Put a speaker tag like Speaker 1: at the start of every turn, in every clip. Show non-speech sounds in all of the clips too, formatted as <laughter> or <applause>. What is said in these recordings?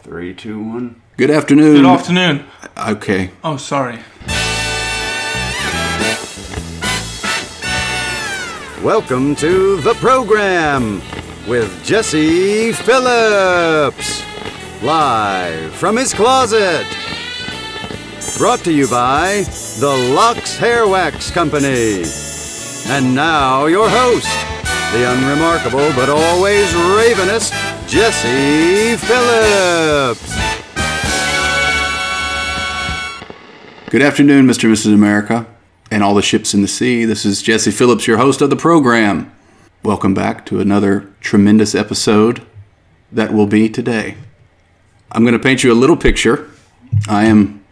Speaker 1: Three, two, one.
Speaker 2: Good afternoon.
Speaker 3: Good afternoon.
Speaker 2: Okay.
Speaker 3: Oh, sorry.
Speaker 4: Welcome to the program with Jesse Phillips, live from his closet. Brought to you by the Lux Hair Wax Company. And now, your host, the unremarkable but always ravenous Jesse Phillips.
Speaker 2: Good afternoon, Mr. and Mrs. America, and all the ships in the sea. This is Jesse Phillips, your host of the program. Welcome back to another tremendous episode that will be today. I'm going to paint you a little picture. I am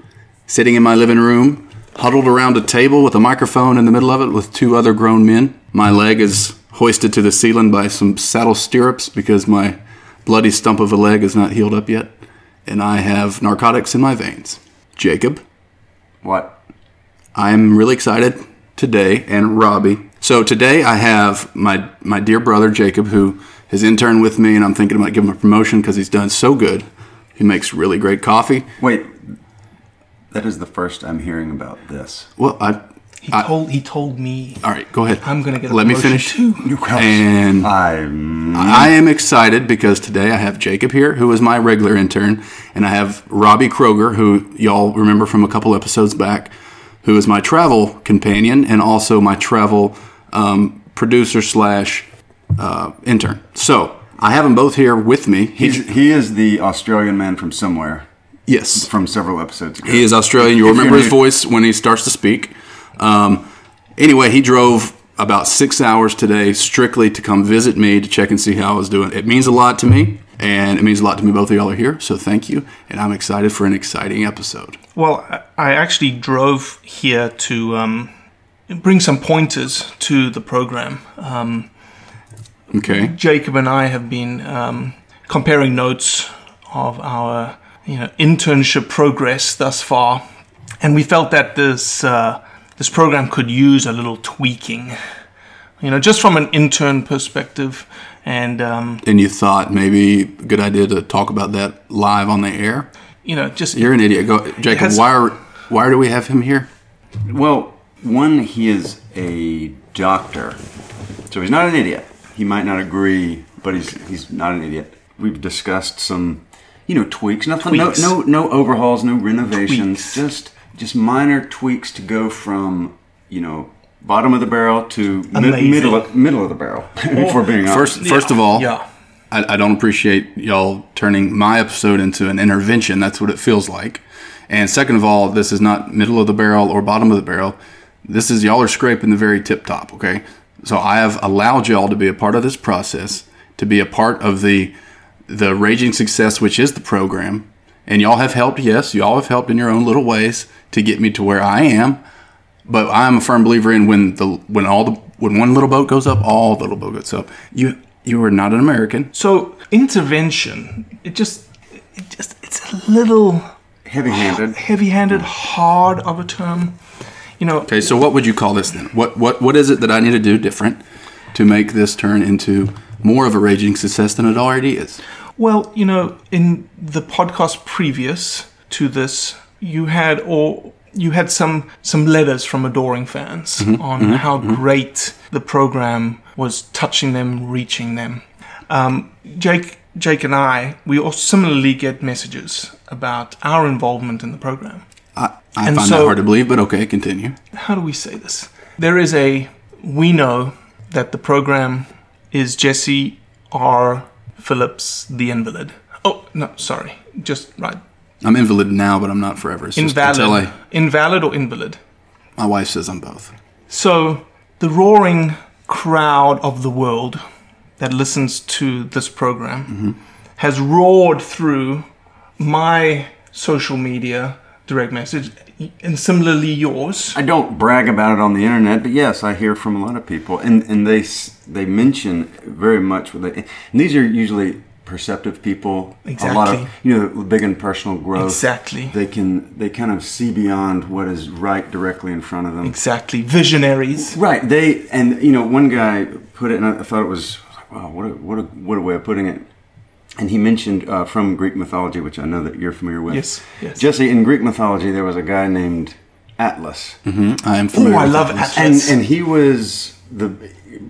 Speaker 2: sitting in my living room, huddled around a table with a microphone in the middle of it with two other grown men. My leg is hoisted to the ceiling by some saddle stirrups because my bloody stump of a leg is not healed up yet, and I have narcotics in my veins. Jacob,
Speaker 1: What?
Speaker 2: I'm really excited today, and Robbie. So today I have my my dear brother Jacob, who has interned with me, and I'm thinking about giving him a promotion because he's done so good. He makes really great coffee.
Speaker 1: Wait. That is the first I'm hearing about this.
Speaker 2: Well, I
Speaker 3: He told he told me
Speaker 2: all right, go ahead.
Speaker 3: I'm gonna get. A
Speaker 2: Let me
Speaker 3: promotion
Speaker 2: finish.
Speaker 3: Too.
Speaker 2: And
Speaker 1: I'm.
Speaker 2: I am excited because today I have Jacob here, who is my regular intern, and I have Robbie Kroger, who y'all remember from a couple episodes back, who is my travel companion and also my travel um, producer slash uh, intern. So I have them both here with me. He's,
Speaker 1: He's, he is the Australian man from somewhere
Speaker 2: yes,
Speaker 1: from several episodes ago.
Speaker 2: he is Australian. You'll
Speaker 1: If you're
Speaker 2: remember his
Speaker 1: new-
Speaker 2: voice when he starts to speak. Um, anyway, he drove about six hours today strictly to come visit me to check and see how I was doing. It means a lot to me, and it means a lot to me both of y'all are here. So thank you, and I'm excited for an exciting episode.
Speaker 3: Well, I- I actually drove here to um, bring some pointers to the program. Um,
Speaker 2: Okay,
Speaker 3: Jacob and I have been um, comparing notes of our you know internship progress thus far, and we felt that this uh, this program could use a little tweaking. You know, just from an intern perspective, and um,
Speaker 2: and you thought maybe a good idea to talk about that live on the air?
Speaker 3: you know, just
Speaker 2: You're an idiot, Go, Jacob.
Speaker 3: has-
Speaker 2: why are why do we have him here?
Speaker 1: Well, one, he is a doctor, so he's not an idiot. He might not agree, but he's he's not an idiot. We've discussed some, you know, tweaks. Nothing,
Speaker 3: Tweaks.
Speaker 1: no, no, no overhauls, no renovations.
Speaker 3: Tweaks.
Speaker 1: Just just minor tweaks to go from you know bottom of the barrel to mid,
Speaker 3: Amazing. Oh.
Speaker 1: middle middle of the barrel. <laughs> if we're being
Speaker 2: First,
Speaker 1: honest.
Speaker 2: first of all,
Speaker 3: yeah.
Speaker 2: I, I don't appreciate y'all turning my episode into an intervention. That's what it feels like. And second of all, this is not middle of the barrel or bottom of the barrel. This is y'all are scraping the very tip top, okay? So I have allowed y'all to be a part of this process, to be a part of the the raging success which is the program. And y'all have helped, yes, y'all have helped in your own little ways to get me to where I am. But I'm a firm believer in when the when all the when one little boat goes up, all the little boat goes up. You you are not an American.
Speaker 3: So intervention, it just, it just, it's a little
Speaker 1: heavy-handed.
Speaker 3: heavy-handed, hard of a term. You know,
Speaker 2: Okay, so what would you call this then? What what what is it that I need to do different to make this turn into more of a raging success than it already is?
Speaker 3: well, you know, in the podcast previous to this, you had or you had some some letters from adoring fans on how great the program was touching them, reaching them. Um, Jake, Jake, and I, we all similarly get messages about our involvement in the program.
Speaker 2: I, I find
Speaker 3: And
Speaker 2: that
Speaker 3: so-
Speaker 2: hard to believe, but okay, continue.
Speaker 3: how do we say this? There is a we know that the program is Jesse R. Phillips the invalid. Oh no, sorry, just right.
Speaker 2: I'm invalid now, but I'm not forever. It's just
Speaker 3: Invalid,
Speaker 2: until I,
Speaker 3: invalid or invalid.
Speaker 2: my wife says I'm both.
Speaker 3: So the roaring crowd of the world that listens to this program has roared through my social media direct message and similarly yours.
Speaker 1: I don't brag about it on the internet, but yes, I hear from a lot of people, and and they s- they mention very much what they. And these are usually perceptive people. A lot
Speaker 3: Exactly.
Speaker 1: of you know big in personal growth.
Speaker 3: Exactly.
Speaker 1: They can they kind of see beyond what is right directly in front of them.
Speaker 3: Exactly. Visionaries.
Speaker 1: Right. They and you know one guy put it, and I thought it was wow, what a, what a what a way of putting it. And he mentioned uh, from Greek mythology, which I know that you're familiar with.
Speaker 3: Yes, yes.
Speaker 1: Jesse, in Greek mythology, there was a guy named Atlas.
Speaker 2: I am
Speaker 3: Oh,
Speaker 2: familiar.
Speaker 3: I
Speaker 2: with
Speaker 3: love
Speaker 2: that.
Speaker 1: and
Speaker 3: Atlas.
Speaker 1: and he was the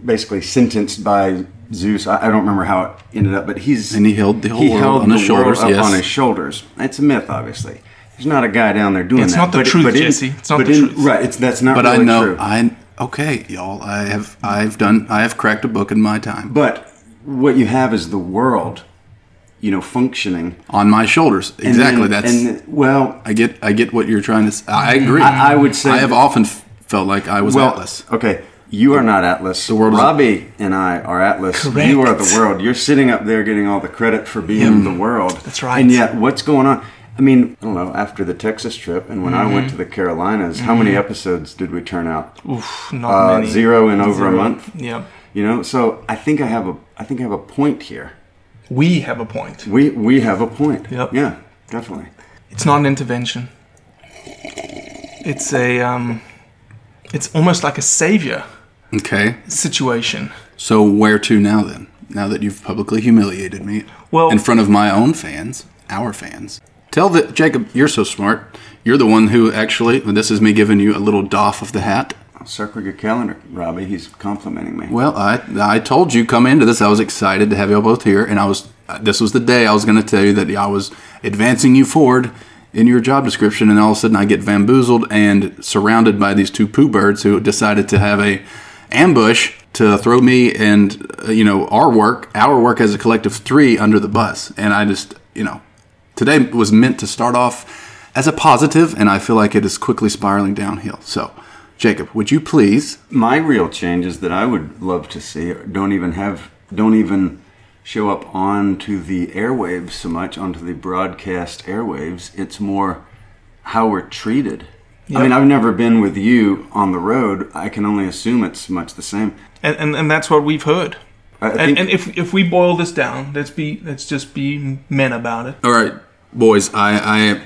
Speaker 1: basically sentenced by Zeus. I, I don't remember how it ended up, but he's
Speaker 2: And he held the whole world
Speaker 1: held
Speaker 2: on his
Speaker 1: the world
Speaker 2: shoulders,
Speaker 1: up
Speaker 2: yes.
Speaker 1: on his shoulders. It's a myth, obviously. There's not a guy down there doing
Speaker 3: It's
Speaker 1: that.
Speaker 3: not the truth,
Speaker 1: in-
Speaker 3: Jesse. It's not
Speaker 1: but
Speaker 3: the
Speaker 1: in-
Speaker 3: truth.
Speaker 1: Right. It's that's not.
Speaker 2: But
Speaker 1: really
Speaker 2: I know
Speaker 1: True.
Speaker 2: I okay, y'all. I have I've done I have cracked a book in my time
Speaker 1: but what you have is the world, you know, functioning.
Speaker 2: on my shoulders.
Speaker 1: And then-
Speaker 2: Exactly. That's
Speaker 1: and well.
Speaker 2: I get I get what you're trying to. s- I I agree.
Speaker 1: I- I would say-
Speaker 2: I have often f- felt like I was
Speaker 1: Well,
Speaker 2: Atlas.
Speaker 1: okay. You are not Atlas. The
Speaker 2: world is-
Speaker 1: Robbie and I are Atlas. You are the
Speaker 3: Correct.
Speaker 1: world. You're sitting up there getting all the credit for being the world.
Speaker 3: That's right.
Speaker 1: And yet, what's going on? I mean, I don't know. After the Texas trip, and when I went to the Carolinas, how many episodes did we turn out?
Speaker 3: Oof, not
Speaker 1: Uh,
Speaker 3: many.
Speaker 1: zero in over a
Speaker 3: Zero.
Speaker 1: month.
Speaker 3: Yeah.
Speaker 1: You know, so I think I have a I think I have a point here.
Speaker 3: We have a point.
Speaker 1: We we have a point.
Speaker 3: Yep.
Speaker 1: Yeah, definitely.
Speaker 3: It's not an intervention. It's a um it's almost like a savior
Speaker 2: Okay.
Speaker 3: situation.
Speaker 2: So where to now then? Now that you've publicly humiliated me
Speaker 3: Well-
Speaker 2: in front of my own fans, our fans. Tell the Jacob, you're so smart. You're the one who actually. This is me giving you a little doff of the hat.
Speaker 1: I'll circle your calendar, Robbie. He's complimenting me.
Speaker 2: Well, I I told you come into this. I was excited to have y'all both here, and I was this was the day I was going to tell you that I was advancing you forward in your job description, and all of a sudden I get bamboozled and surrounded by these two poo birds who decided to have a ambush to throw me and uh, you know our work, our work as a collective three under the bus, and I just you know today was meant to start off as a positive, and I feel like it is quickly spiraling downhill. So, Jacob, would you please?
Speaker 1: my real changes that I would love to see don't even have don't even show up onto the airwaves so much onto the broadcast airwaves. It's more how we're treated. I mean, I've never been with you on the road. I can only assume it's much the same.
Speaker 3: And and, and that's what we've heard.
Speaker 1: I, I
Speaker 3: And,
Speaker 1: think
Speaker 3: and if if we boil this down, let's be let's just be men about it.
Speaker 2: All right, boys. I I,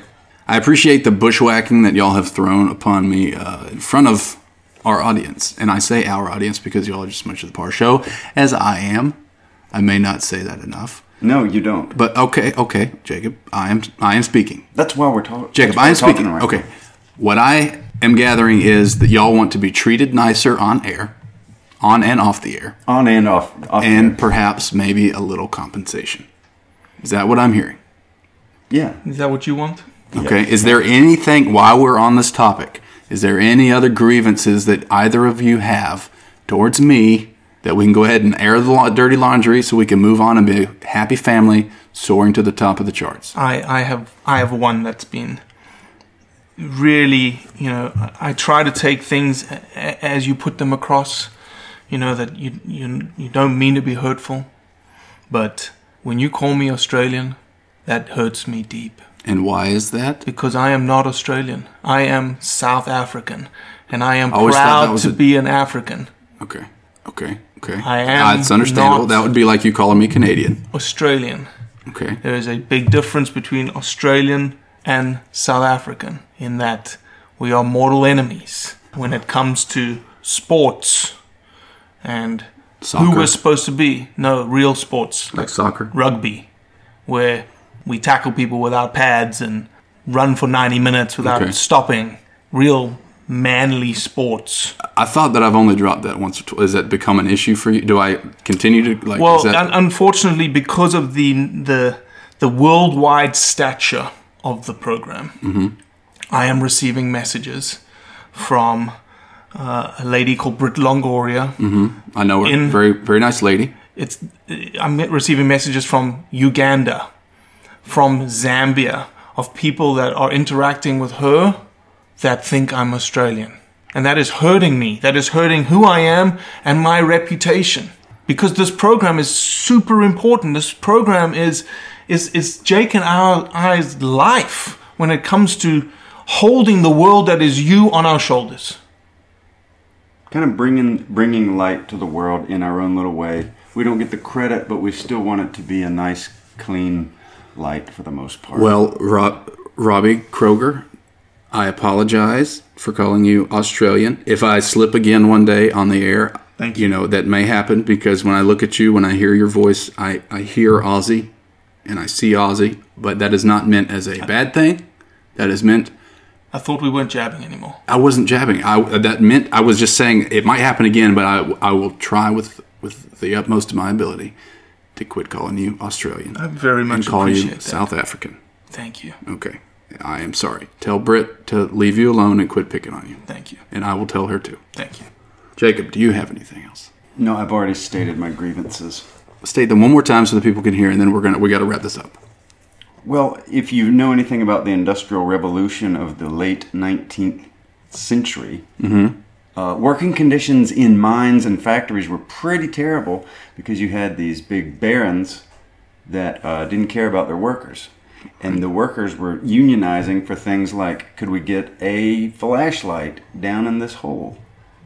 Speaker 2: I appreciate the bushwhacking that y'all have thrown upon me uh, in front of our audience, and I say our audience because y'all are just as much of the par show as I am. I may not say that enough,
Speaker 1: no, you don't. But
Speaker 2: but okay, okay, Jacob. I am I am speaking.
Speaker 1: that's why we're talking.
Speaker 2: Jacob, I am speaking. okay. What I am gathering is that y'all want to be treated nicer on air, on and off the air,
Speaker 1: on and off. off
Speaker 2: and perhaps maybe a little compensation. Is that what I'm hearing?
Speaker 1: yeah,
Speaker 3: Is that what you want?
Speaker 2: Okay. Is there anything while we're on this topic? Is there any other grievances that either of you have towards me that we can go ahead and air the la- dirty laundry so we can move on and be a happy family soaring to the top of the charts?
Speaker 3: I, I have I have one that's been really you know I, I try to take things a, a- as you put them across you know that you, you you don't mean to be hurtful but when you call me Australian that hurts me deep
Speaker 2: And why is that?
Speaker 3: because I am not Australian I am South African and I am
Speaker 2: always thought that
Speaker 3: proud
Speaker 2: was
Speaker 3: to
Speaker 2: a-
Speaker 3: be an African
Speaker 2: Okay. Okay. Okay.
Speaker 3: I am
Speaker 2: That's understandable.
Speaker 3: not-
Speaker 2: That would be like you calling me Canadian.
Speaker 3: Australian
Speaker 2: Okay.
Speaker 3: there is a big difference between Australian and South African in that we are mortal enemies when it comes to sports and who
Speaker 2: Soccer.
Speaker 3: we're supposed to be. No, real sports
Speaker 2: Like soccer.
Speaker 3: rugby, where we tackle people without pads and run for 90 minutes without
Speaker 2: Okay.
Speaker 3: stopping. Real manly sports.
Speaker 2: I thought that I've only dropped that once or twice. Is that become an issue for you? Do I continue to like? is
Speaker 3: Well,
Speaker 2: that,
Speaker 3: un- unfortunately, because of the the the worldwide stature of the program,
Speaker 2: Mm-hmm.
Speaker 3: I am receiving messages from uh, a lady called Britt Longoria.
Speaker 2: I know her.
Speaker 3: in-
Speaker 2: very very nice lady.
Speaker 3: It's I'm receiving messages from Uganda, from Zambia, of people that are interacting with her that think I'm Australian. And that is hurting me. That is hurting who I am and my reputation. Because this program is super important. This program is is is Jake and our I's life when it comes to holding the world that is you on our shoulders.
Speaker 1: kind of bringing bringing light to the world in our own little way. We don't get the credit, but we still want it to be a nice, clean light for the most part.
Speaker 2: Well, Rob, Robbie Kroger, I apologize for calling you Australian. If I slip again one day on the air,
Speaker 3: Thank
Speaker 2: you know that may happen because when I look at you, when I hear your voice, I, I hear Aussie and I see Ozzy, but that is not meant as a bad thing. That is meant
Speaker 3: I thought we weren't jabbing anymore.
Speaker 2: I wasn't jabbing. I that meant I was just saying it might happen again, but I I will try with with the utmost of my ability to quit calling you Australian.
Speaker 3: I very much
Speaker 2: and call you
Speaker 3: appreciate that.
Speaker 2: South African.
Speaker 3: Thank you.
Speaker 2: Okay. I am sorry. Tell Britt to leave you alone and quit picking on you.
Speaker 3: Thank you.
Speaker 2: And I will tell her too.
Speaker 3: Thank you.
Speaker 2: Jacob, do you have anything else?
Speaker 1: No, I've already stated my grievances.
Speaker 2: State them one more time so that people can hear, and then we're gonna we got to wrap this up.
Speaker 1: Well, if you know anything about the Industrial Revolution of the late 19th century, uh, working conditions in mines and factories were pretty terrible because you had these big barons that uh, didn't care about their workers. And the workers were unionizing for things like could we get a flashlight down in this hole?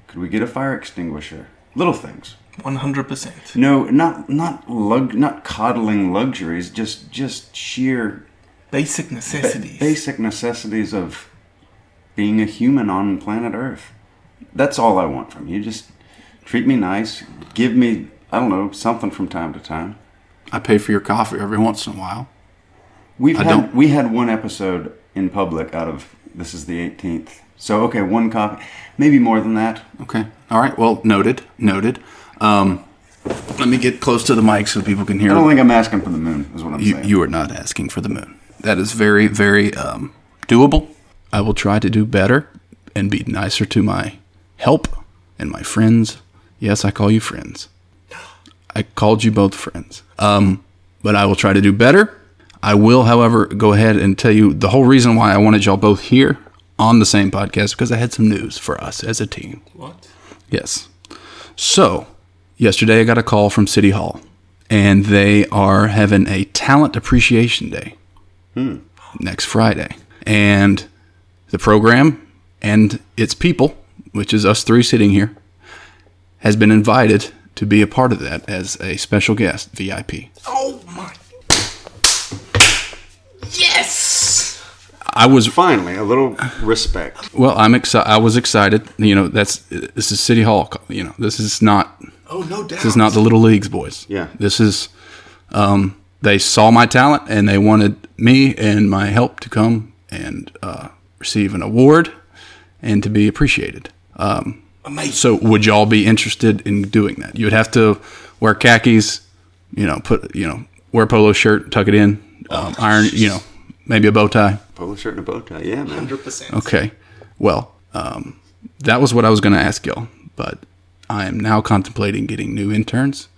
Speaker 1: Could we get a fire extinguisher? Little things.
Speaker 3: 100%.
Speaker 1: No, not not lug, not coddling luxuries, just just sheer
Speaker 3: Basic necessities.
Speaker 1: basic necessities of being a human on planet Earth. That's all I want from you. Just treat me nice. Give me, I don't know, something from time to time.
Speaker 2: I pay for your coffee every once in a while.
Speaker 1: We've
Speaker 2: I
Speaker 1: had,
Speaker 2: don't-
Speaker 1: we had one episode in public out of this is the 18th. So okay, one copy, maybe more than that.
Speaker 2: Okay. All right. Well, noted. Noted. Um, let me get close to the mic so people can hear.
Speaker 1: I don't think I'm asking for the moon. Is what I'm
Speaker 2: you,
Speaker 1: saying.
Speaker 2: you are not asking for the moon. That is very, very um, doable. I will try to do better and be nicer to my help and my friends. Yes, I call you friends. I called you both friends. Um, but I will try to do better. I will, however, go ahead and tell you the whole reason why I wanted y'all both here on the same podcast because I had some news for us as a team.
Speaker 3: What?
Speaker 2: Yes. So, yesterday I got a call from City Hall, and they are having a talent appreciation day next Friday. And the program and its people, which is us three sitting here, has been invited to be a part of that as a special guest, VIP.
Speaker 3: Oh my. Yes!
Speaker 2: I was
Speaker 1: Finally, a little respect.
Speaker 2: well, I'm excited. I was excited. You know, that's this is City Hall. You know, this is not
Speaker 3: Oh, no doubt.
Speaker 2: This is not the little leagues, boys.
Speaker 1: Yeah.
Speaker 2: This is. Um, they saw my talent and they wanted me and my help to come and uh, receive an award and to be appreciated. Um,
Speaker 3: Amazing.
Speaker 2: So, would y'all be interested in doing that? You would have to wear khakis, you know, put you know, wear a polo shirt, tuck it in, um, iron, you know, maybe a bow tie.
Speaker 1: Polo shirt and a bow tie. Yeah, man.
Speaker 3: 100%.
Speaker 2: Okay. Well, um, that was what I was going to ask y'all, but I am now contemplating getting new interns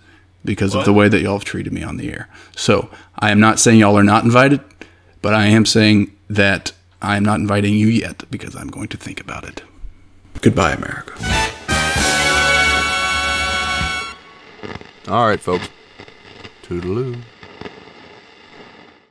Speaker 2: because of the way that y'all have treated me on the air. So I am not saying y'all are not invited, but I am saying that I am not inviting you yet because I'm going to think about it. Goodbye, America.
Speaker 5: All right, folks. Toodaloo.